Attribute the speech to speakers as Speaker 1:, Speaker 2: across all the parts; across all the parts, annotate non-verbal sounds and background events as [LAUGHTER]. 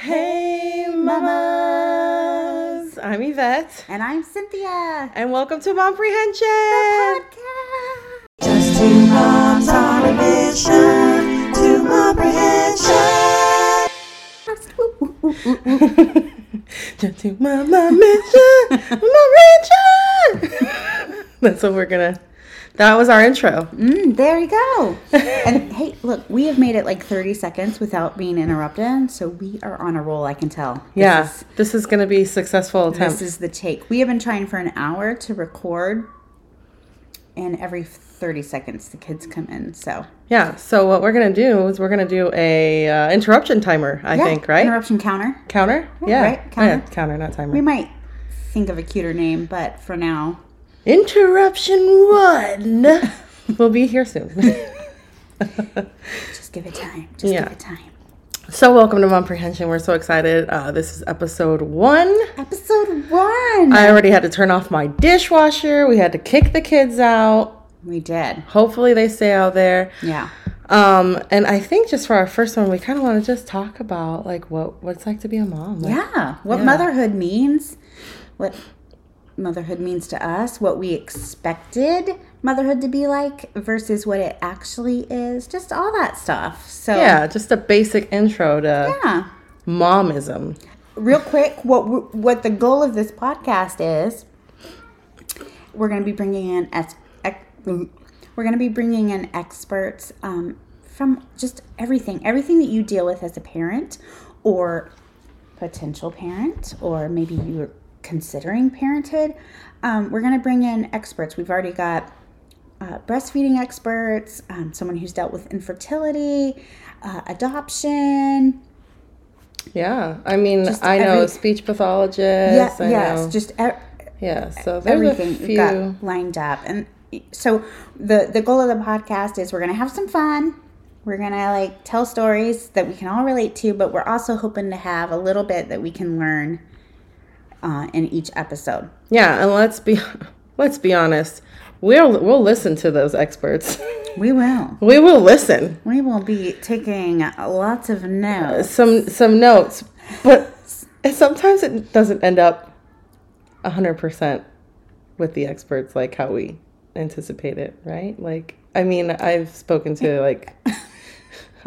Speaker 1: Hey, mamas! I'm Yvette,
Speaker 2: And I'm Cynthia.
Speaker 1: and welcome to Momprehension.
Speaker 2: Podcast.
Speaker 1: Just two moms on a mission to comprehension.
Speaker 2: Ooh, ooh, ooh, ooh.
Speaker 1: [LAUGHS] Just two mama mission, momprehension. [LAUGHS] That's what we're gonna. That was our intro.
Speaker 2: Mm, there you go. and [LAUGHS] hey, look, we have made it like 30 seconds without being interrupted, so we are on a roll, I can tell. This
Speaker 1: Yeah,
Speaker 2: is-
Speaker 1: this is gonna be a successful attempt.
Speaker 2: This is the take. We have been trying for an hour to record, and every 30 seconds the kids come in, so.
Speaker 1: yeah. So what we're gonna do is we're gonna do a uh, interruption timer. I
Speaker 2: Yeah,
Speaker 1: think right.
Speaker 2: Interruption counter.
Speaker 1: Counter? Yeah.
Speaker 2: right,
Speaker 1: Oh, yeah,
Speaker 2: counter.
Speaker 1: counter, not timer.
Speaker 2: We might think of a cuter name, but for now,
Speaker 1: Interruption
Speaker 2: [LAUGHS]
Speaker 1: one. we'll be here soon. [LAUGHS]
Speaker 2: just give it time. Just
Speaker 1: Yeah.
Speaker 2: give it time.
Speaker 1: so, welcome to Momprehension. We're so excited. Uh, this is episode one.
Speaker 2: Episode one.
Speaker 1: I already had to turn off my dishwasher. We had to kick the kids out.
Speaker 2: we did.
Speaker 1: Hopefully, they stay out there.
Speaker 2: Yeah.
Speaker 1: Um, and I think just for our first one, we kind of want to just talk about like what what it's like to be a mom. Like,
Speaker 2: Yeah, what
Speaker 1: Yeah.
Speaker 2: motherhood means, what motherhood means to us, what we expected motherhood to be like versus what it actually is, just all that stuff. So,
Speaker 1: yeah, just a basic intro to
Speaker 2: yeah.
Speaker 1: momism.
Speaker 2: Real quick, what w- what the goal of this podcast is, we're going to be bringing in ex- ex- we're going to be bringing in experts um, from just everything, everything that you deal with as a parent or potential parent or maybe you're considering parenthood um, we're going to bring in experts we've already got uh, breastfeeding experts um, someone who's dealt with infertility uh, adoption
Speaker 1: Yeah, I mean,
Speaker 2: Just
Speaker 1: I know
Speaker 2: every-
Speaker 1: speech pathologists.
Speaker 2: yeah,
Speaker 1: I
Speaker 2: yes
Speaker 1: know.
Speaker 2: just e-
Speaker 1: Yeah, so there's
Speaker 2: everything
Speaker 1: a
Speaker 2: we've
Speaker 1: few.
Speaker 2: got lined up and so the the goal of the podcast is we're gonna have some fun we're gonna like tell stories that we can all relate to but we're also hoping to have a little bit that we can learn uh, in each episode
Speaker 1: Yeah, and let's be [LAUGHS] let's be honest. We'll we'll listen to those experts. [LAUGHS]
Speaker 2: we will
Speaker 1: We will listen.
Speaker 2: we will be taking lots of notes
Speaker 1: Some some notes, but sometimes it doesn't end up 100% with the experts like how we anticipate it, right? Like I mean, I've spoken to like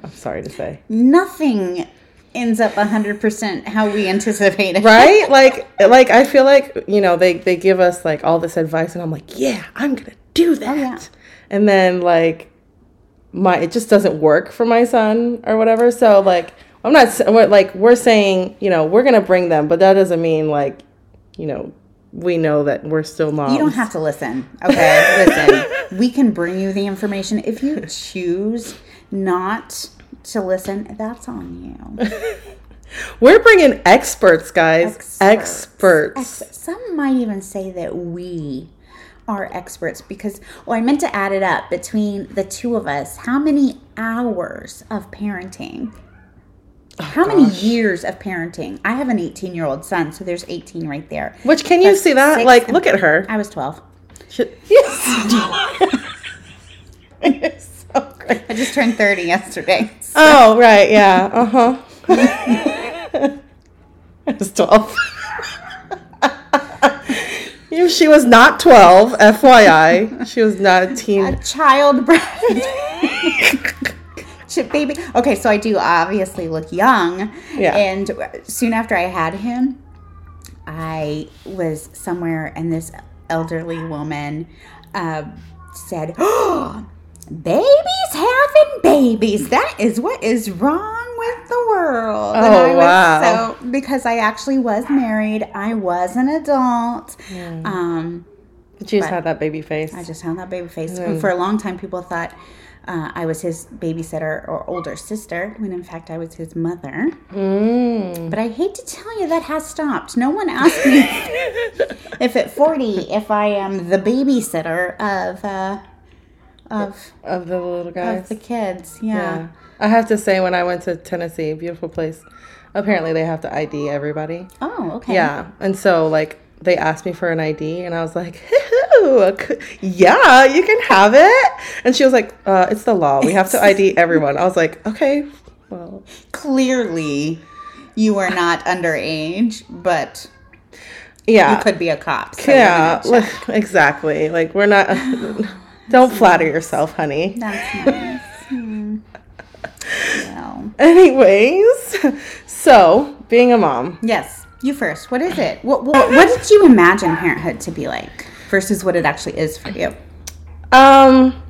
Speaker 1: I'm sorry to say.
Speaker 2: nothing ends up 100% how we anticipated
Speaker 1: right like like i feel like you know they they give us like all this advice and i'm like yeah i'm gonna do that
Speaker 2: Oh, yeah.
Speaker 1: and then like my it just doesn't work for my son or whatever so like i'm not s- we're, like we're saying you know we're gonna bring them but that doesn't mean like you know we know that we're still moms
Speaker 2: You don't have to listen. Okay, listen. We can bring you the information if you choose not to listen. That's on you.
Speaker 1: we're bringing experts guys experts,
Speaker 2: Ex- Some might even say that we are experts because well, I meant to add it up between the two of us. How many hours of parenting? How many years of parenting? I have an 18 year old son, so there's 18 right there.
Speaker 1: which can you see that
Speaker 2: six
Speaker 1: like
Speaker 2: and-
Speaker 1: look at her
Speaker 2: I was 12.
Speaker 1: She- [LAUGHS] yes you're so great
Speaker 2: [LAUGHS] I just turned 30 yesterday.
Speaker 1: Oh, right, yeah. Uh [LAUGHS] huh. I was 12. You- [LAUGHS] she was not 12, FYI. She was not a
Speaker 2: a
Speaker 1: teen.
Speaker 2: child [LAUGHS] Chip baby. Okay, so I do obviously look young.
Speaker 1: Yeah.
Speaker 2: And soon after I had him, I was somewhere, and this elderly woman uh, said, [GASPS] "Oh, babies having babies. That is what is wrong with the world." and
Speaker 1: Oh,
Speaker 2: I was
Speaker 1: wow.
Speaker 2: so because I actually was married. I was an adult.
Speaker 1: Mm.
Speaker 2: Um.
Speaker 1: She just had that baby face.
Speaker 2: I just found that baby face. And for a long time, people thought uh, I was his babysitter or older sister, when in fact I was his mother.
Speaker 1: Mm.
Speaker 2: But I hate to tell you that has stopped. No one
Speaker 1: [LAUGHS]
Speaker 2: asked me if at forty if I am the babysitter of uh, of
Speaker 1: Of the little
Speaker 2: of
Speaker 1: guys.
Speaker 2: the kids. Yeah.
Speaker 1: yeah. I have to say, when I went to Tennessee, beautiful place, apparently they have to ID everybody.
Speaker 2: Oh, okay.
Speaker 1: Yeah. And so, like, they asked me for an ID, and I was like, [LAUGHS] "Hoo-hoo, c- yeah, you can have it. And she was like, uh,
Speaker 2: [LAUGHS]
Speaker 1: it's the law. We have to ID everyone. I was like, okay, well,
Speaker 2: Clearly, you are not underage, but you
Speaker 1: Yeah.
Speaker 2: could be a cop. so
Speaker 1: yeah.
Speaker 2: we're gonna
Speaker 1: [LAUGHS]
Speaker 2: check.
Speaker 1: exactly. Like we're
Speaker 2: [LAUGHS]
Speaker 1: not [LAUGHS] Don't flatter yourself, honey.
Speaker 2: That's nice. Hmm. Well,
Speaker 1: [LAUGHS] Anyways, so being a mom.
Speaker 2: yes, you first. What is it? What, what what did you imagine parenthood to be like versus what it actually is for you?
Speaker 1: Um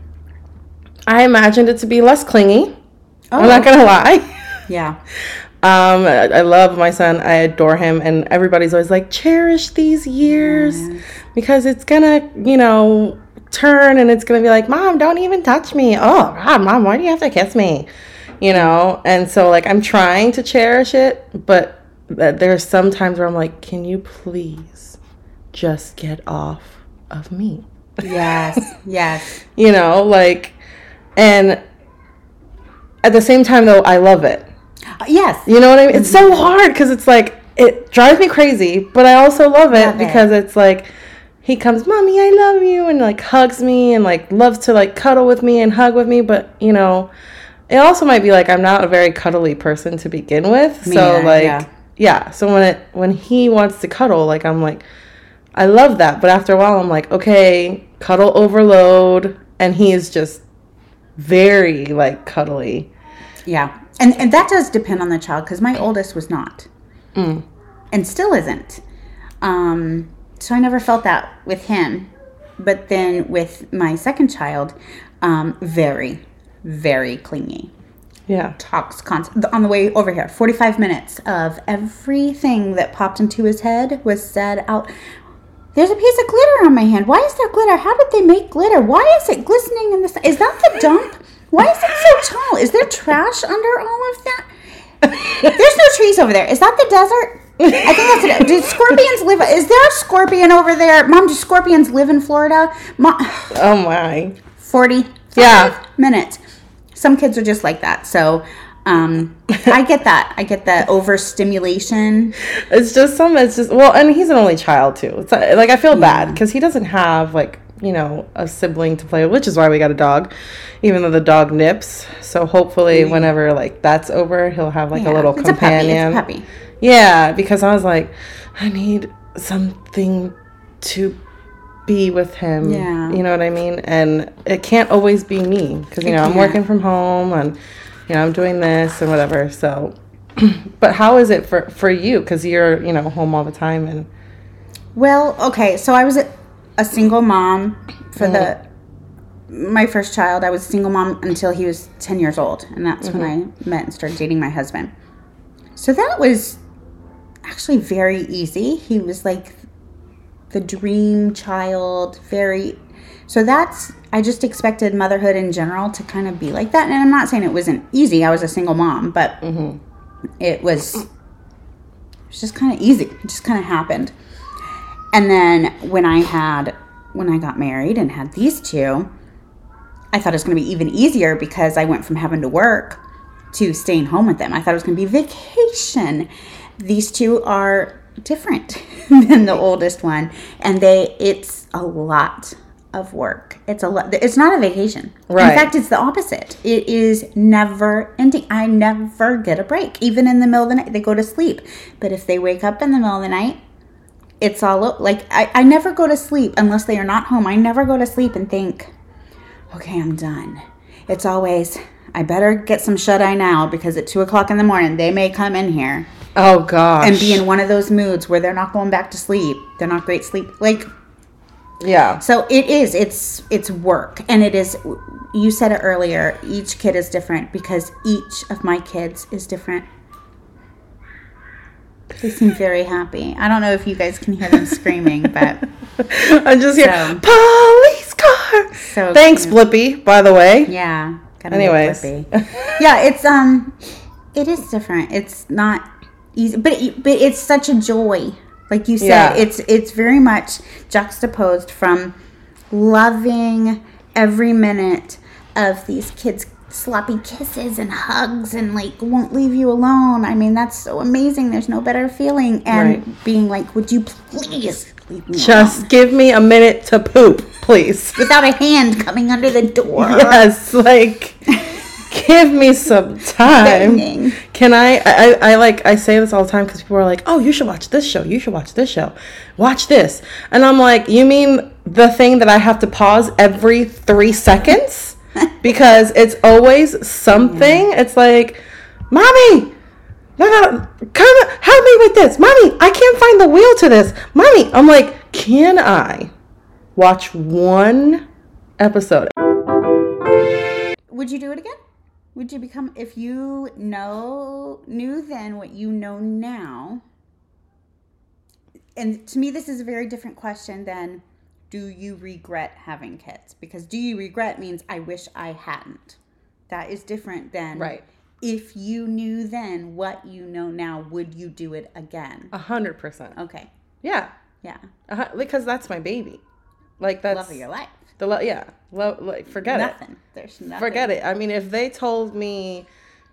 Speaker 1: I imagined it to be less clingy. I'm
Speaker 2: Oh.
Speaker 1: not going to lie. [LAUGHS]
Speaker 2: Yeah.
Speaker 1: Um, I I love my son. I adore him, and everybody's always like, cherish these years because it's gonna, you know, turn and it's gonna be like, mom, don't even touch me. Oh God, mom, why do you have to kiss me? You know, and so like I'm trying to cherish it, but th- there's some times where I'm like, can you please just get off of me?
Speaker 2: Yes. Yes.
Speaker 1: you know, like, and at the same time though, I love it.
Speaker 2: Uh, Yes.
Speaker 1: You know what I mean? It's so hard because it's like it drives me crazy, but I also love it
Speaker 2: Love it.
Speaker 1: because it's like he comes, mommy, I love you, and like hugs me and like loves to like cuddle with me and hug with me. But you know, it also might be like I'm not a very cuddly person to begin with. so
Speaker 2: neither,
Speaker 1: like,
Speaker 2: yeah.
Speaker 1: yeah. So when it when he wants to cuddle, like I'm like, I love that. But after a while, I'm like, okay, cuddle overload, and he is just very like cuddly.
Speaker 2: Yeah. And and that does depend on the child because my oldest was not, and still isn't. Um, so I never felt that with him, but then with my second child, um, very, very clingy.
Speaker 1: Yeah.
Speaker 2: talks constant on the way over here 45 minutes of everything that popped into his head was said out there's a piece of glitter on my hand why is there glitter how did they make glitter why is it glistening in this is that the dump why is it so tall is there trash under all of that there's no trees over there is that the desert I think that's it. Do scorpions live? Is there a scorpion over there? Mom, do scorpions live in Florida? Mom,
Speaker 1: Oh my.
Speaker 2: 40
Speaker 1: Yeah.
Speaker 2: minutes. Some kids are just like that. So
Speaker 1: [LAUGHS]
Speaker 2: um, I get that. I get the overstimulation.
Speaker 1: It's just some. It's just well, and he's an only child too. It's uh, like I feel bad because he doesn't have like you know a sibling to play with, which is why we got a dog. Even though the dog nips, so hopefully whenever like that's over, he'll have like a
Speaker 2: Yeah.
Speaker 1: little
Speaker 2: It's a puppy. It's a
Speaker 1: companion.
Speaker 2: puppy.
Speaker 1: Yeah, because I was like, I need something to be with him.
Speaker 2: Yeah.
Speaker 1: you know what I mean. And it can't always be me because you know I'm
Speaker 2: can't.
Speaker 1: working from home and you know I'm doing this and whatever. So [CLEARS THROAT] but how is it for for you? Because you're you know home all the time and
Speaker 2: Well, okay. So I was a, a single mom for the my first child. I was a single mom until he was 10 years old. And that's when I met and started dating my husband. So that was actually very easy. He was like the dream child, very. So that's, I just expected motherhood in general to kind of be like that. And I'm not saying it wasn't easy. I was a single mom, but it was, it was just kind of easy. It just kind of happened. And then when I had, when I got married and had these two, I thought it was going to be even easier because I went from having to work to staying home with them. I thought it was going to be vacation. These two are different [LAUGHS] than the oldest one, and they it's a lot of work. It's a lot. It's not a vacation.
Speaker 1: Right.
Speaker 2: In fact, it's the opposite. It is never ending. I never get a break. Even in the middle of the night, they go to sleep. But if they wake up in the middle of the night, it's all o- like I, I never go to sleep unless they are not home. I never go to sleep and think, okay, I'm done. It's always, I better get some shut eye now because at two o'clock in the morning they may come in here
Speaker 1: oh gosh
Speaker 2: and be [LAUGHS] in one of those moods where they're not going back to sleep. They're not great sleep. Like,
Speaker 1: yeah
Speaker 2: so it is, it's, it's work. And it is, you said it earlier, each kid is different because each of my kids is different. They seem very happy. I don't know if you guys can hear them screaming, but
Speaker 1: [LAUGHS] I'm just here
Speaker 2: So-
Speaker 1: police car.
Speaker 2: So
Speaker 1: Thanks
Speaker 2: cute.
Speaker 1: Blippi by the way.
Speaker 2: Yeah. Gotta
Speaker 1: Anyways.
Speaker 2: Be
Speaker 1: [LAUGHS]
Speaker 2: yeah, it's um, it is different. It's not easy, but it, but it's such a joy. Like you said,
Speaker 1: Yeah.
Speaker 2: it's it's very much juxtaposed from loving every minute of these kids sloppy kisses and hugs and like won't leave you alone. I mean, that's so amazing. There's no better feeling and
Speaker 1: Right.
Speaker 2: being like, "Would you please leave me alone?"
Speaker 1: Just give me a minute to poop, please. [LAUGHS]
Speaker 2: without a hand coming under the door?"
Speaker 1: yes, like Give me some time.
Speaker 2: Bending.
Speaker 1: Can I, I? I I like I say this all the time because people are like, "Oh, you should watch this show. You should watch this show. Watch this." And I'm like, "You mean the thing that I have to pause every three seconds because it's always something." It's like, "Mommy, no, no, come help me with this, mommy. I can't find the wheel to this, mommy." I'm like, "Can I watch one episode?"
Speaker 2: Would you do it again? Would you become if you know knew then what you know now? And to me, this is a very different question than do you regret having kids? Because do you regret means I wish I hadn't. That is different than
Speaker 1: Right.
Speaker 2: if you knew then what you know now, would you do it again?
Speaker 1: A hundred percent.
Speaker 2: Okay.
Speaker 1: Yeah.
Speaker 2: Yeah.
Speaker 1: Uh, because that's my baby. Like that's
Speaker 2: Love of your life.
Speaker 1: the lo- yeah. Lo- like forget
Speaker 2: nothing. There's
Speaker 1: it.
Speaker 2: nothing.
Speaker 1: Forget it. I mean, if they told me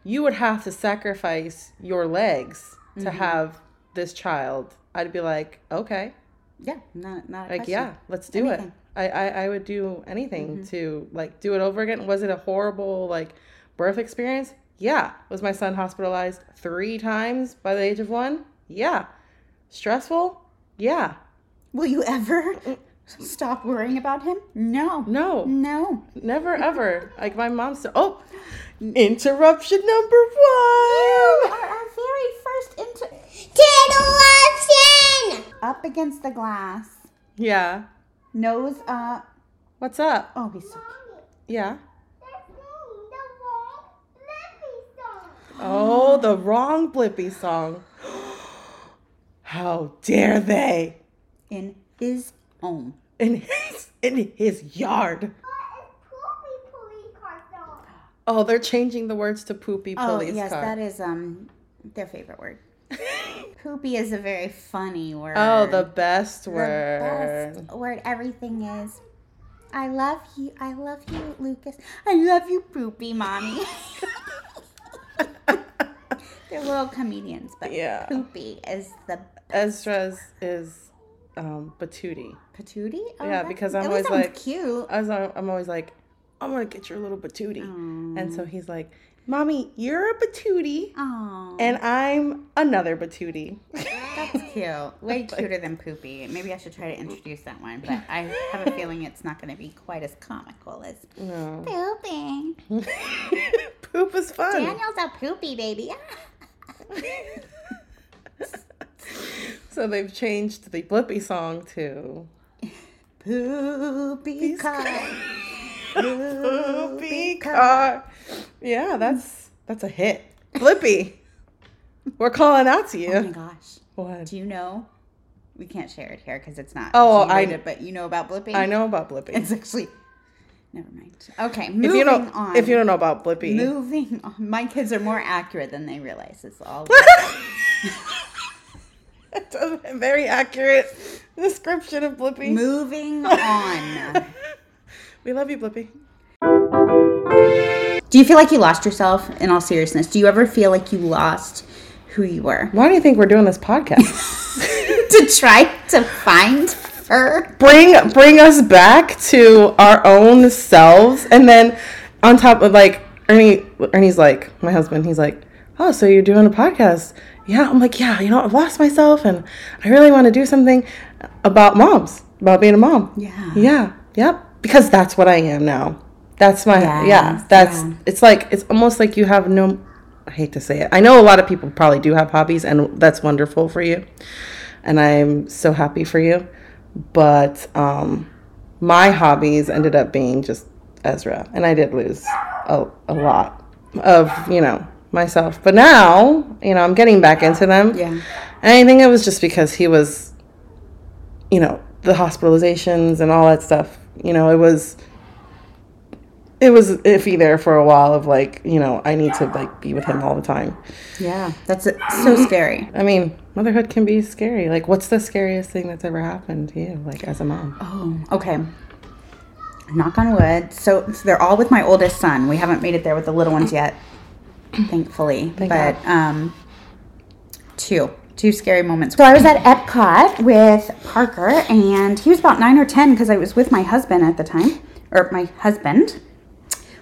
Speaker 1: you would have to sacrifice your legs to
Speaker 2: Mm-hmm.
Speaker 1: have this child, I'd be like, okay,
Speaker 2: Yeah. Not, not a
Speaker 1: like
Speaker 2: question.
Speaker 1: yeah, let's do it.
Speaker 2: Anything. Mm-hmm.
Speaker 1: I, I I would do anything to like do it over again. Was it a horrible like birth experience? Yeah. Was my son hospitalized three times by the age of one? Yeah. Stressful? Yeah.
Speaker 2: Will you ever stop worrying about him? No.
Speaker 1: No.
Speaker 2: No.
Speaker 1: Never ever. like my mom said, oh, interruption number one.
Speaker 2: Our, our very first inter-
Speaker 3: Interruption!
Speaker 2: up against the glass,
Speaker 1: Yeah.
Speaker 2: nose up.
Speaker 1: What's up?
Speaker 2: Oh, he's so
Speaker 1: Yeah.
Speaker 3: That's me, the wrong Lippy song.
Speaker 1: Oh, the wrong Blippi song. [GASPS] How dare they?
Speaker 2: cute. in his own.
Speaker 1: In his in his yard.
Speaker 3: What is Poopy Police Car song?
Speaker 1: Oh, they're changing the words to poopy
Speaker 2: Oh,
Speaker 1: police
Speaker 2: yes,
Speaker 1: car.
Speaker 2: that is um their
Speaker 1: [LAUGHS]
Speaker 2: favorite word. Poopy is a very funny word.
Speaker 1: oh, the best
Speaker 2: The
Speaker 1: word. [LAUGHS]
Speaker 2: best word. Everything is. I love you. I love you, Lucas. I love you, Poopy,
Speaker 1: [LAUGHS]
Speaker 2: mommy. They're little comedians, but
Speaker 1: Yeah.
Speaker 2: Poopy is the
Speaker 1: Esdras is um Batuti.
Speaker 2: patootie. Oh,
Speaker 1: Yeah,
Speaker 2: that-
Speaker 1: because I'm
Speaker 2: that
Speaker 1: always
Speaker 2: sounds
Speaker 1: like- uh,
Speaker 2: cute.
Speaker 1: I was, I'm always like, I'm gonna get your little patootie.
Speaker 2: Aw.
Speaker 1: And so he's like, Mommy, you're a patootie,
Speaker 2: Aw,
Speaker 1: and I'm another
Speaker 2: [LAUGHS]
Speaker 1: patootie. [LAUGHS]
Speaker 2: that's cute. Way cuter than Poopy. Maybe I should try to introduce that one, but I have a feeling it's not going to be quite as comical as
Speaker 1: no. [LAUGHS]
Speaker 2: Poopy.
Speaker 1: Hmm. Poop is fun.
Speaker 2: Daniel's a Poopy baby.
Speaker 1: [LAUGHS]
Speaker 2: [LAUGHS]
Speaker 1: So they've changed the Blippi song to
Speaker 2: Poopy car.
Speaker 1: Blippi Car. Yeah, that's that's a hit. Blippi, we're calling out to
Speaker 2: Oh my
Speaker 1: you.
Speaker 2: gosh.
Speaker 1: What?
Speaker 2: Do you know? We can't share it here because it's not.
Speaker 1: Oh, I-
Speaker 2: G-rated, But you know about blipping.
Speaker 1: I know about Blippi.
Speaker 2: It's actually. Never mind. Okay, moving
Speaker 1: if you don't,
Speaker 2: on.
Speaker 1: if you don't know about Blippi,
Speaker 2: moving on. My kids are more accurate than they realize. It's all.
Speaker 1: [LAUGHS] That's a very accurate description of Blippi.
Speaker 2: moving on.
Speaker 1: we love you, Blippi.
Speaker 2: Do you feel like you lost yourself? In all seriousness, do you ever feel like you lost who you were [LAUGHS]
Speaker 1: Why do you think we're doing this [LAUGHS] podcast?
Speaker 2: to try to find her?
Speaker 1: bring bring us back to our own selves, and then on top of like Ernie, Ernie's like my husband. He's like, oh, so you're doing a podcast? Yeah, I'm like, yeah. You know, I've lost myself, and I really want to do something about moms, about being a mom.
Speaker 2: Yeah.
Speaker 1: Yeah. Yep. Because that's what I am now. That's my yeah.
Speaker 2: Yes,
Speaker 1: That's
Speaker 2: yeah.
Speaker 1: it's like it's almost like you have no I hate to say it. I know a lot of people probably do have hobbies and that's wonderful for you. And I'm so happy for you. But um my hobbies ended up being just Ezra and I did lose a, a lot of, you know, myself. But now, you know, I'm getting back into them.
Speaker 2: Yeah.
Speaker 1: And I think it was just because he was you know the hospitalizations and all that stuff you know it was it was iffy there for a while of like you know i need to like be with him all the time
Speaker 2: Yeah, that's it. so scary.
Speaker 1: i mean motherhood can be scary like what's the scariest thing that's ever happened to you like as a mom
Speaker 2: Oh, okay. Knock on wood. So, so they're all with my oldest son. We haven't made it there with the little ones yet, thankfully. but um, two, two scary moments. So I was at Epcot with Parker, and he was about nine or ten because I was with my husband at the time, or my husband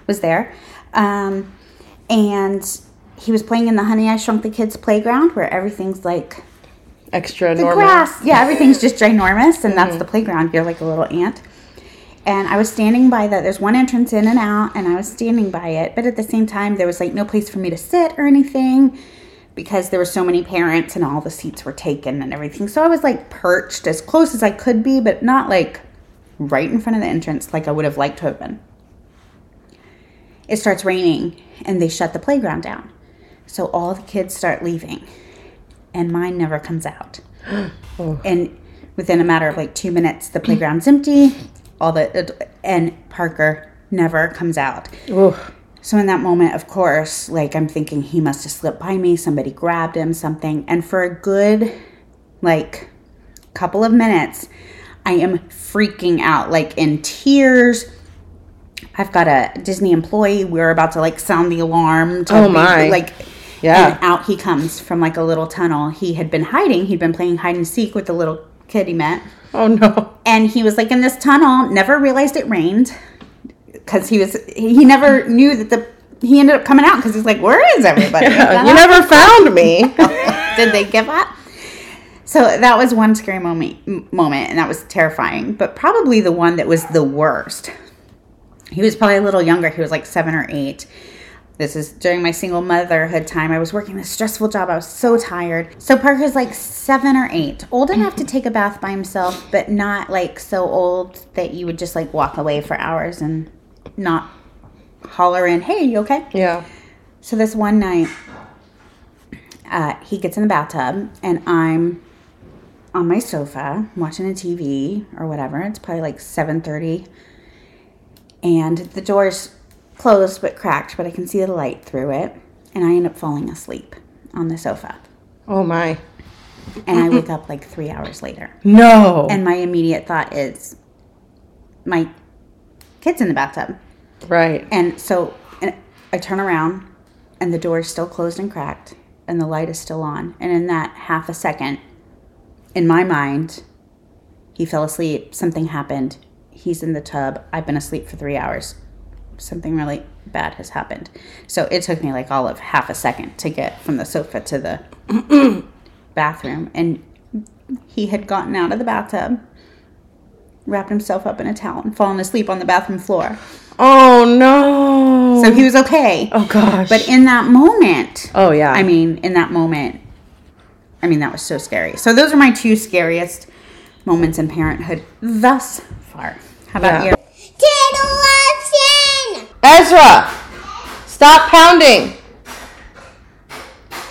Speaker 2: was there. Um, and he was playing in the Honey I Shrunk the Kids playground where everything's like
Speaker 1: Extra
Speaker 2: the
Speaker 1: normal.
Speaker 2: grass. Yeah, everything's just ginormous, and that's the playground. You're like a little ant. And I was standing by that. There's one entrance in and out, and I was standing by it. But at the same time, there was like no place for me to sit or anything because there were so many parents and all the seats were taken and everything. So I was like perched as close as I could be, but not like right in front of the entrance like I would have liked to have been. It starts raining, and they shut the playground down. So all the kids start leaving, and mine never comes out and within a matter of like two minutes the playground's empty all the and parker never comes out
Speaker 1: Oof.
Speaker 2: so in that moment of course like i'm thinking he must have slipped by me somebody grabbed him something and for a good like couple of minutes i am freaking out like in tears i've got a disney employee we're about to like sound the alarm to
Speaker 1: Oh, my.
Speaker 2: like
Speaker 1: Yeah.
Speaker 2: and out he comes from like a little tunnel. He had been hiding. He'd been playing hide and seek with the little kid he met.
Speaker 1: Oh
Speaker 2: [LAUGHS]
Speaker 1: no.
Speaker 2: And he was like in this tunnel, never realized it rained because he was, he never knew that the, he ended up coming out because he's like, where is everybody?
Speaker 1: you never found me.
Speaker 2: [LAUGHS] Did they give up? So that was one scary moment, m- moment, and that was terrifying, but probably the one that was the worst. He was probably a little younger. He was like seven or eight. This is during my single motherhood time. I was working this stressful job. I was so tired. So Parker's like seven or eight, old enough to take a bath by himself, but not like so old that you would just like walk away for hours and not holler in, hey, you okay?
Speaker 1: yeah.
Speaker 2: So this one night, uh, he gets in the bathtub, and I'm on my sofa watching a TV or whatever. It's probably like seven thirty, and the door's closed but cracked, but I can see the light through it, and I end up falling asleep on the sofa,
Speaker 1: Oh my.
Speaker 2: and I wake up like three hours later,
Speaker 1: No.
Speaker 2: and my immediate thought is, my kid's in the bathtub.
Speaker 1: right.
Speaker 2: And so and I turn around, and the door is still closed and cracked, and the light is still on. And in that half a second, in my mind, he fell asleep. Something happened. He's in the tub. I've been asleep for three hours. Something really bad has happened. So it took me like all of half a second to get from the sofa to the [COUGHS] bathroom. And he had gotten out of the bathtub, wrapped himself up in a towel, and fallen asleep on the bathroom floor.
Speaker 1: oh no.
Speaker 2: So he was okay.
Speaker 1: oh gosh.
Speaker 2: But in that moment,
Speaker 1: oh yeah.
Speaker 2: I mean, in that moment, I mean, that was so scary. So those are my two scariest moments in parenthood thus far. How about
Speaker 1: Yeah.
Speaker 2: you?
Speaker 3: Turtle action!
Speaker 1: Ezra, stop pounding.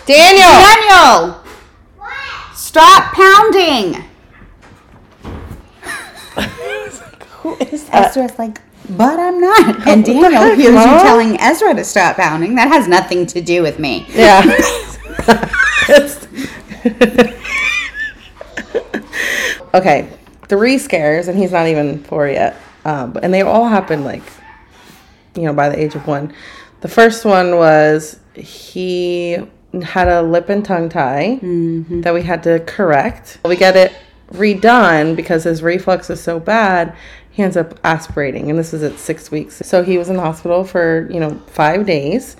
Speaker 1: Daniel.
Speaker 2: Daniel,
Speaker 3: What?
Speaker 2: stop pounding.
Speaker 1: [LAUGHS] Who is
Speaker 2: Ezra's like, but I'm
Speaker 1: [LAUGHS]
Speaker 2: not. And
Speaker 1: the
Speaker 2: Daniel
Speaker 1: heck,
Speaker 2: hears you
Speaker 1: Mom?
Speaker 2: telling Ezra to stop pounding. That has nothing to do with me.
Speaker 1: Yeah. [LAUGHS] okay, three scares, and he's not even four yet. Um, and they all happened like, you know, by the age of one. The first one was he had a lip and tongue tie that we had to correct. We get it redone because his reflux is so bad. He ends up aspirating, and this was at six weeks. So he was in the hospital for you know five days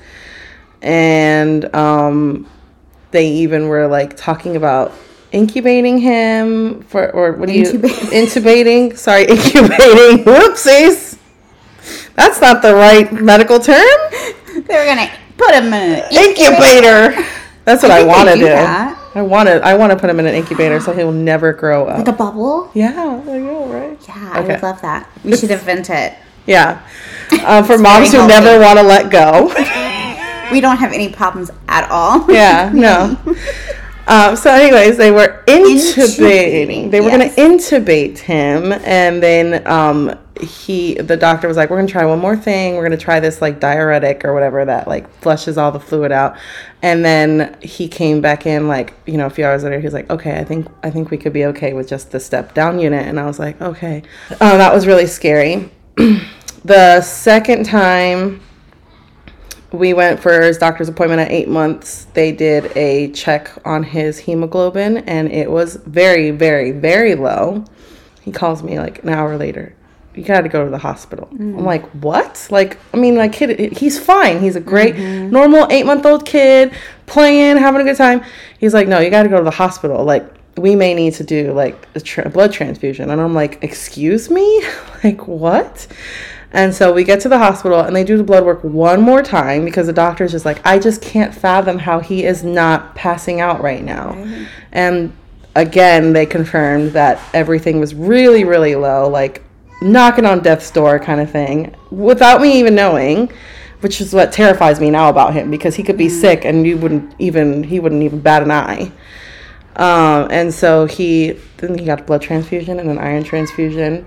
Speaker 1: and um, they even were like talking about incubating him for or what do you
Speaker 2: Intubating.
Speaker 1: intubating? Sorry, [LAUGHS] incubating. Whoopsies. That's not the right medical term.
Speaker 2: They were gonna put him in. a-
Speaker 1: Incubator. That's what
Speaker 2: I
Speaker 1: I,
Speaker 2: think they
Speaker 1: want to
Speaker 2: do
Speaker 1: do.
Speaker 2: that.
Speaker 1: I want to. I want to put him in an incubator so he'll never grow up.
Speaker 2: Like a bubble?
Speaker 1: yeah, I know, right?
Speaker 2: Yeah, I would
Speaker 1: Okay.
Speaker 2: love that. We should invent it.
Speaker 1: Yeah, uh, for moms who
Speaker 2: very
Speaker 1: never want to let go. [LAUGHS]
Speaker 2: We don't have any problems at all.
Speaker 1: Yeah, no. um, so, anyways, they were intubating.
Speaker 2: Intubating,
Speaker 1: They were
Speaker 2: yes.
Speaker 1: going to intubate him, and then um, he, the doctor, was like, "We're going to try one more thing. We're going to try this like diuretic or whatever that like flushes all the fluid out." And then he came back in like you know a few hours later. He was like, "Okay, I think I think we could be okay with just the step down unit." And I was like, "Okay." Uh, that was really scary. [CLEARS THROAT] the second time we went for his doctor's appointment at eight months. They did a check on his hemoglobin and it was very, very, very low. He calls me like an hour later. you got to go to the hospital. I'm like, what? Like, I mean, my kid, he's fine. He's a great, normal eight month old kid playing, having a good time. He's like, no, you got to go to the hospital. Like, we may need to do like a tra- blood transfusion. And I'm like, excuse me? [LAUGHS] like, what? And so we get to the hospital and they do the blood work one more time because the doctor's just like, I just can't fathom how he is not passing out right now. And again, they confirmed that everything was really, really low, like knocking on death's door kind of thing, without me even knowing, which is what terrifies me now about him because he could be sick and you wouldn't even, he wouldn't even bat an eye. Um, and so he then he got a blood transfusion and an iron transfusion.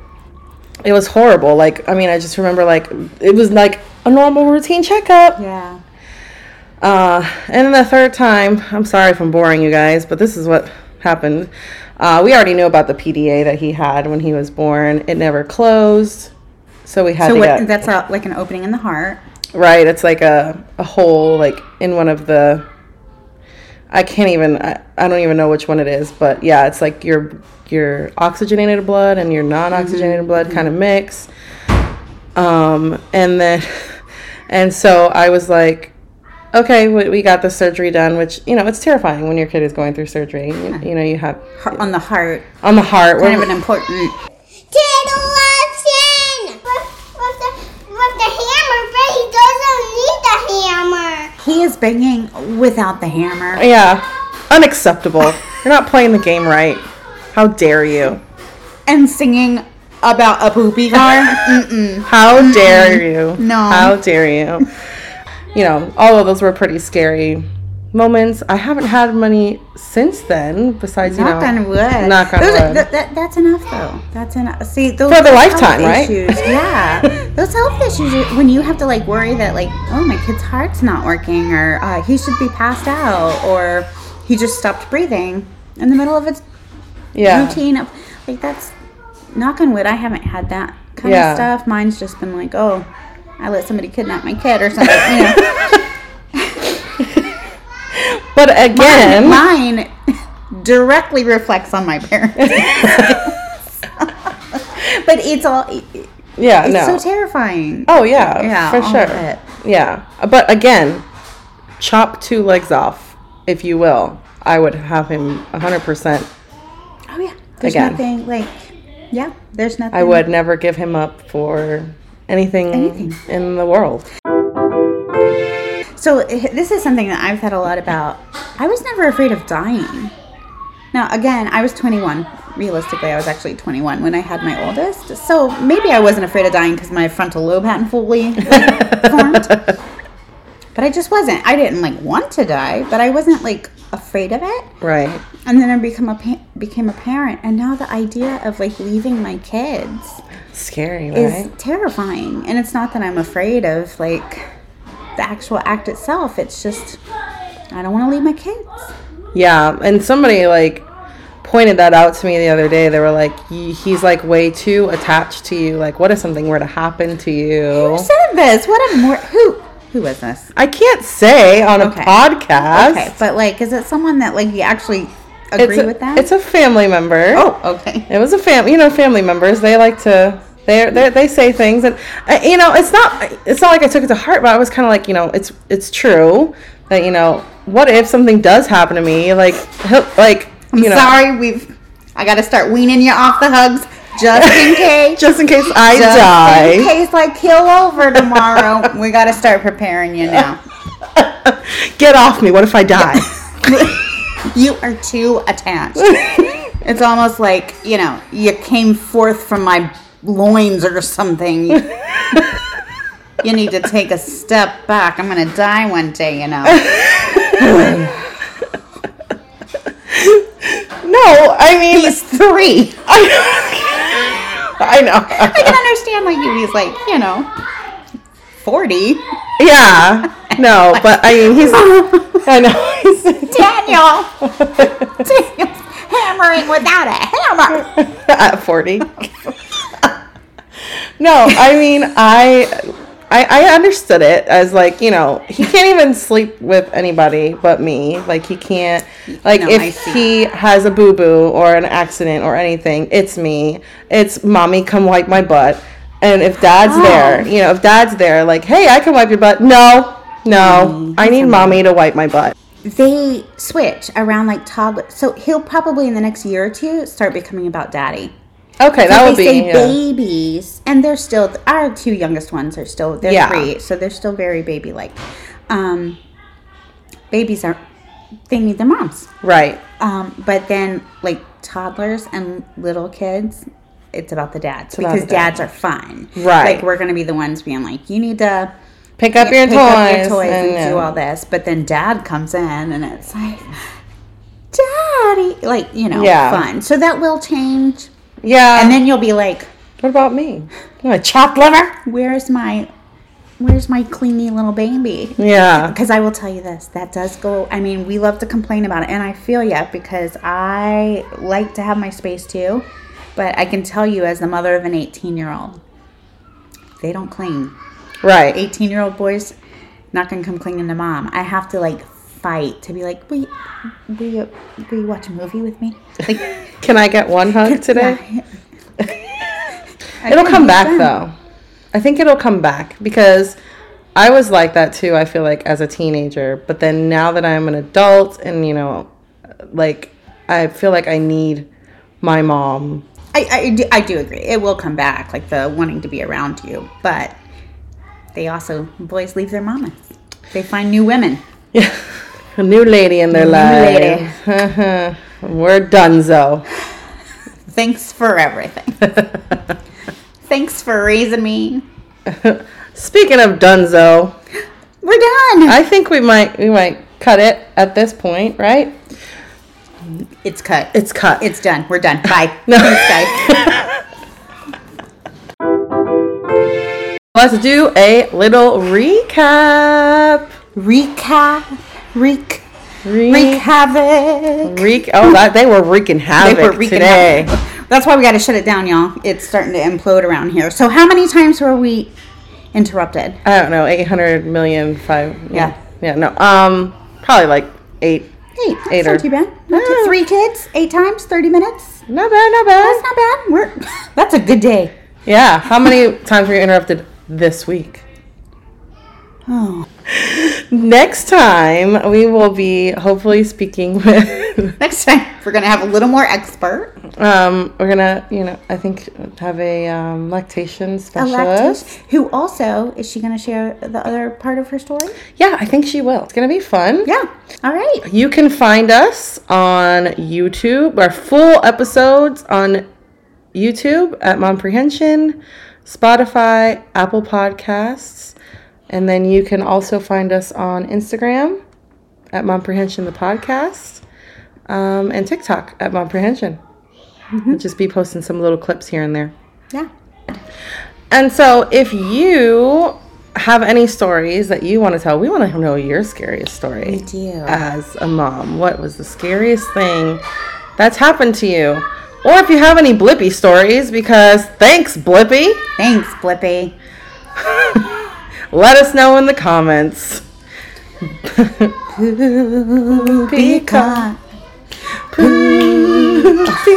Speaker 1: It was horrible. Like I mean, I just remember like it was like a normal routine checkup.
Speaker 2: [LAUGHS] Yeah.
Speaker 1: Uh, and then the third time, I'm sorry if I'm boring you guys, but this is what happened. Uh, we already knew about the PDA that he had when he was born. It never closed, so we had
Speaker 2: So
Speaker 1: to
Speaker 2: what,
Speaker 1: get
Speaker 2: that's a, like an opening in the heart.
Speaker 1: right. It's like a a hole like in one of the. I can't even. I, I don't even know which one it is, but yeah, it's like your your oxygenated blood and your non-oxygenated blood kind of mix. Um, and then, [LAUGHS] and so I was like, okay, we, we got the surgery done, which you know it's terrifying when your kid is going through surgery. You, you know, you have
Speaker 2: Heart, on the heart,
Speaker 1: on the heart. we're-
Speaker 2: kind of an important.
Speaker 3: Tittle Watson! With, with, the, with the hammer, but he doesn't need the hammer.
Speaker 2: He is banging without the hammer.
Speaker 1: yeah, unacceptable. You're not playing the game right. How dare you?
Speaker 2: and singing about a
Speaker 1: [LAUGHS]
Speaker 2: poopy car. Mm-mm.
Speaker 1: How dare you?
Speaker 2: No.
Speaker 1: How dare you? You know, all of those were pretty scary moments. I haven't had many since then, besides, you know.
Speaker 2: Knock on wood.
Speaker 1: Knock on
Speaker 2: Those are-
Speaker 1: wood.
Speaker 2: that- that- that's enough, though. That's enough. See, those
Speaker 1: For the
Speaker 2: those health
Speaker 1: lifetime, right?
Speaker 2: Issues,
Speaker 1: [LAUGHS]
Speaker 2: yeah, those health issues you- when you have to like worry that like, oh, my kid's heart's not working, or uh, he should be passed out, or he just stopped breathing in the middle of its
Speaker 1: yeah.
Speaker 2: routine. Of, like that's knock on wood. I haven't had that kind
Speaker 1: Yeah.
Speaker 2: of stuff. Mine's just been like, oh, I let somebody kidnap my kid or something. You know.
Speaker 1: [LAUGHS] But again,
Speaker 2: mine directly reflects on
Speaker 1: [LAUGHS]
Speaker 2: my parents. [LAUGHS] but it's all it's
Speaker 1: yeah, no.
Speaker 2: so terrifying.
Speaker 1: oh, yeah.
Speaker 2: Yeah,
Speaker 1: For
Speaker 2: all of it.
Speaker 1: sure. Yeah. But again, chop two legs off, if you will. I would have him 100%.
Speaker 2: Oh yeah. There's
Speaker 1: Again.
Speaker 2: nothing like yeah, there's nothing
Speaker 1: I would never give him up for anything,
Speaker 2: Mm-hmm. Anything.
Speaker 1: in the world.
Speaker 2: So eh, this is something that I've thought a lot about. I was never afraid of dying. Now again, I was 21. Realistically, I was actually 21 when I had my oldest. So maybe I wasn't afraid of dying because my frontal lobe hadn't fully formed. But I just wasn't. I didn't like want to die, but I wasn't like afraid of it.
Speaker 1: Right.
Speaker 2: And then I become a pa- became a parent, and now the idea of like leaving my kids
Speaker 1: Scary, right?
Speaker 2: is terrifying. And it's not that I'm afraid of like the actual act itself. It's just I don't want to leave my kids.
Speaker 1: Yeah, and somebody like pointed that out to me the other day. They were like, "He- "He's like way too attached to you. Like, what if something were to happen to you?"
Speaker 2: Who said this? What a more who who was this?
Speaker 1: I can't say on a
Speaker 2: Okay.
Speaker 1: podcast.
Speaker 2: Okay, but like, is it someone that like you actually
Speaker 1: it's
Speaker 2: agree
Speaker 1: a,
Speaker 2: with that?
Speaker 1: It's a family member.
Speaker 2: oh okay.
Speaker 1: It was a family, you know, family members. They like to they they they say things, and uh, you know, it's not it's not like I took it to heart, but I was kind of like, you know, it's it's true that you know, what if something does happen to me? Like, he'll- like
Speaker 2: I'm
Speaker 1: you know,
Speaker 2: sorry, we've I got to start weaning you off the hugs just
Speaker 1: [LAUGHS]
Speaker 2: in case.
Speaker 1: just in case I
Speaker 2: Just
Speaker 1: die.
Speaker 2: in case I kill over tomorrow, we got to start preparing you now.
Speaker 1: Get off me. What if I die?
Speaker 2: You are too attached. It's almost like, you know, you came forth from my loins or something. You need to take a step back. I'm going to die one day, you know.
Speaker 1: [LAUGHS] no, I mean,
Speaker 2: He's three.
Speaker 1: I, [LAUGHS] I
Speaker 2: I
Speaker 1: know.
Speaker 2: can understand, like, you. He's like, you know, 40.
Speaker 1: Yeah. No, but I mean, he's. I know. He's,
Speaker 2: Daniel! Daniel's hammering without a hammer.
Speaker 1: [LAUGHS] at 40. no, I mean, I. I, I understood it as like you know he can't even sleep with anybody but me like he can't like
Speaker 2: No, I
Speaker 1: if
Speaker 2: see.
Speaker 1: he has a boo boo or an accident or anything it's me it's mommy come wipe my butt And if dad's
Speaker 2: Oh.
Speaker 1: there, you know, if dad's there, like, hey, I can wipe your butt. No,
Speaker 2: Mm-hmm.
Speaker 1: no, I need mommy to wipe my butt.
Speaker 2: They switch around like toddler. So he'll probably in the next year or two start becoming about daddy.
Speaker 1: Okay, that
Speaker 2: But
Speaker 1: would
Speaker 2: they
Speaker 1: be. uh,
Speaker 2: say
Speaker 1: yeah.
Speaker 2: babies, and they're still our two youngest ones are still they're
Speaker 1: Yeah.
Speaker 2: three, so they're still very baby like. Um, babies are they need their moms,
Speaker 1: Right.
Speaker 2: um, but then like toddlers and little kids, it's about the dads
Speaker 1: about the
Speaker 2: because
Speaker 1: dad.
Speaker 2: dads are fun,
Speaker 1: Right.
Speaker 2: Like we're gonna be the ones being like, you need to
Speaker 1: Pick up your
Speaker 2: pick
Speaker 1: toys.
Speaker 2: up your toys and,
Speaker 1: and,
Speaker 2: do
Speaker 1: uh,
Speaker 2: all this, but then dad comes in and it's like, daddy, like you know,
Speaker 1: Yeah.
Speaker 2: fun. So that will change,
Speaker 1: Yeah.
Speaker 2: and then you'll be like.
Speaker 1: what about me? My chopped liver?
Speaker 2: where's my where's my clingy little baby
Speaker 1: Yeah.
Speaker 2: because i will tell you this that does go i mean we love to complain about it and i feel ya because i like to have my space too but i can tell you as the mother of an 18 year old they don't cling
Speaker 1: Right.
Speaker 2: 18 year old boys not gonna come clinging to mom i have to like fight to be like will you, will you, will you watch a movie with me like
Speaker 1: Can I get one hug today?
Speaker 2: yeah.
Speaker 1: It'll
Speaker 2: can
Speaker 1: come
Speaker 2: do
Speaker 1: back
Speaker 2: that.
Speaker 1: though. I think it'll come back because I was like that too. I feel like as a teenager, but then now that I'm an adult and you know, like I feel like I need my [LAUGHS] mom.
Speaker 2: I, I, do, I do agree. It will come back, like the wanting to be around you. But they also, boys leave their mamas. They find new women.
Speaker 1: Yeah. A new lady in their
Speaker 2: lady.
Speaker 1: life. [LAUGHS] We're donezo.
Speaker 2: Thanks
Speaker 1: [LAUGHS]
Speaker 2: for everything. Thanks for raising me.
Speaker 1: Speaking of donezo,
Speaker 2: We're done.
Speaker 1: I think we might we might cut it at this point, right?
Speaker 2: it's cut. It's,
Speaker 1: It's cut.
Speaker 2: it's done. We're
Speaker 1: [LAUGHS]
Speaker 2: done. Bye.
Speaker 1: No.
Speaker 2: Thanks, guys.
Speaker 1: Let's do a little recap.
Speaker 2: Recap. Reek. Reek
Speaker 1: Re-
Speaker 2: havoc.
Speaker 1: Reek. Oh, that they were wreaking havoc
Speaker 2: wreaking
Speaker 1: today.
Speaker 2: havoc. That's why we got to shut it down, y'all. It's starting to implode around here. So, how many times were we interrupted?
Speaker 1: I don't know, 800 million, five.
Speaker 2: Yeah.
Speaker 1: Yeah, no. Um, probably like eight.
Speaker 2: Hey, Ah. that's
Speaker 1: Eight or-
Speaker 2: not too bad. Not too-
Speaker 1: Yeah.
Speaker 2: Three kids, eight times, thirty minutes.
Speaker 1: Not bad, not
Speaker 2: That's
Speaker 1: bad.
Speaker 2: not bad. We're [LAUGHS] that's a good day.
Speaker 1: Yeah. How many [LAUGHS] times were you interrupted this week?
Speaker 2: Oh,
Speaker 1: Next time, we will be hopefully speaking [LAUGHS] with,
Speaker 2: next time we're gonna have a little more expert.
Speaker 1: um, we're going to, you know, I think have a um, lactation
Speaker 2: A
Speaker 1: specialist.
Speaker 2: lactose, who also is she gonna share the other part of her story?
Speaker 1: yeah, I think she will. It's going to be fun.
Speaker 2: Yeah. All right.
Speaker 1: You can find us on YouTube, our full episodes on YouTube at Momprehension, Spotify, Apple Podcasts, and then you can also find us on Instagram at Momprehension the podcast, um, and TikTok at Momprehension. We'll just be posting some little clips here and there.
Speaker 2: Yeah.
Speaker 1: And so, if you have any stories that you want to tell, we want to know your scariest story
Speaker 2: Do.
Speaker 1: as a mom? What was the scariest thing that's happened to you? Or if you have any Blippy stories, because thanks, Blippy,
Speaker 2: Thanks, Blippi.
Speaker 1: let us know in the comments.
Speaker 2: Because
Speaker 1: [LAUGHS]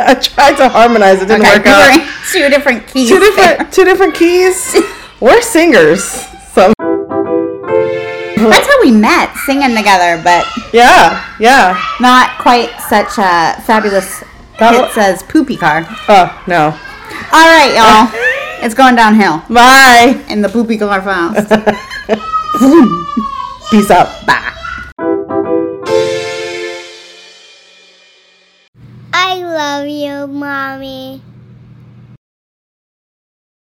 Speaker 1: I tried to harmonize, it didn't
Speaker 2: okay,
Speaker 1: work out.
Speaker 2: we're in two different keys.
Speaker 1: Two different, two different keys. We're singers. So
Speaker 2: [LAUGHS] That's how we met, singing together, but
Speaker 1: yeah, yeah.
Speaker 2: not quite such a fabulous.
Speaker 1: That
Speaker 2: It
Speaker 1: wa-
Speaker 2: says poopy car.
Speaker 1: Oh no.
Speaker 2: All right,
Speaker 1: [LAUGHS]
Speaker 2: y'all. it's going downhill.
Speaker 1: Bye.
Speaker 2: in the poopy car fast.
Speaker 1: Peace out. Bye.
Speaker 3: I love you, mommy.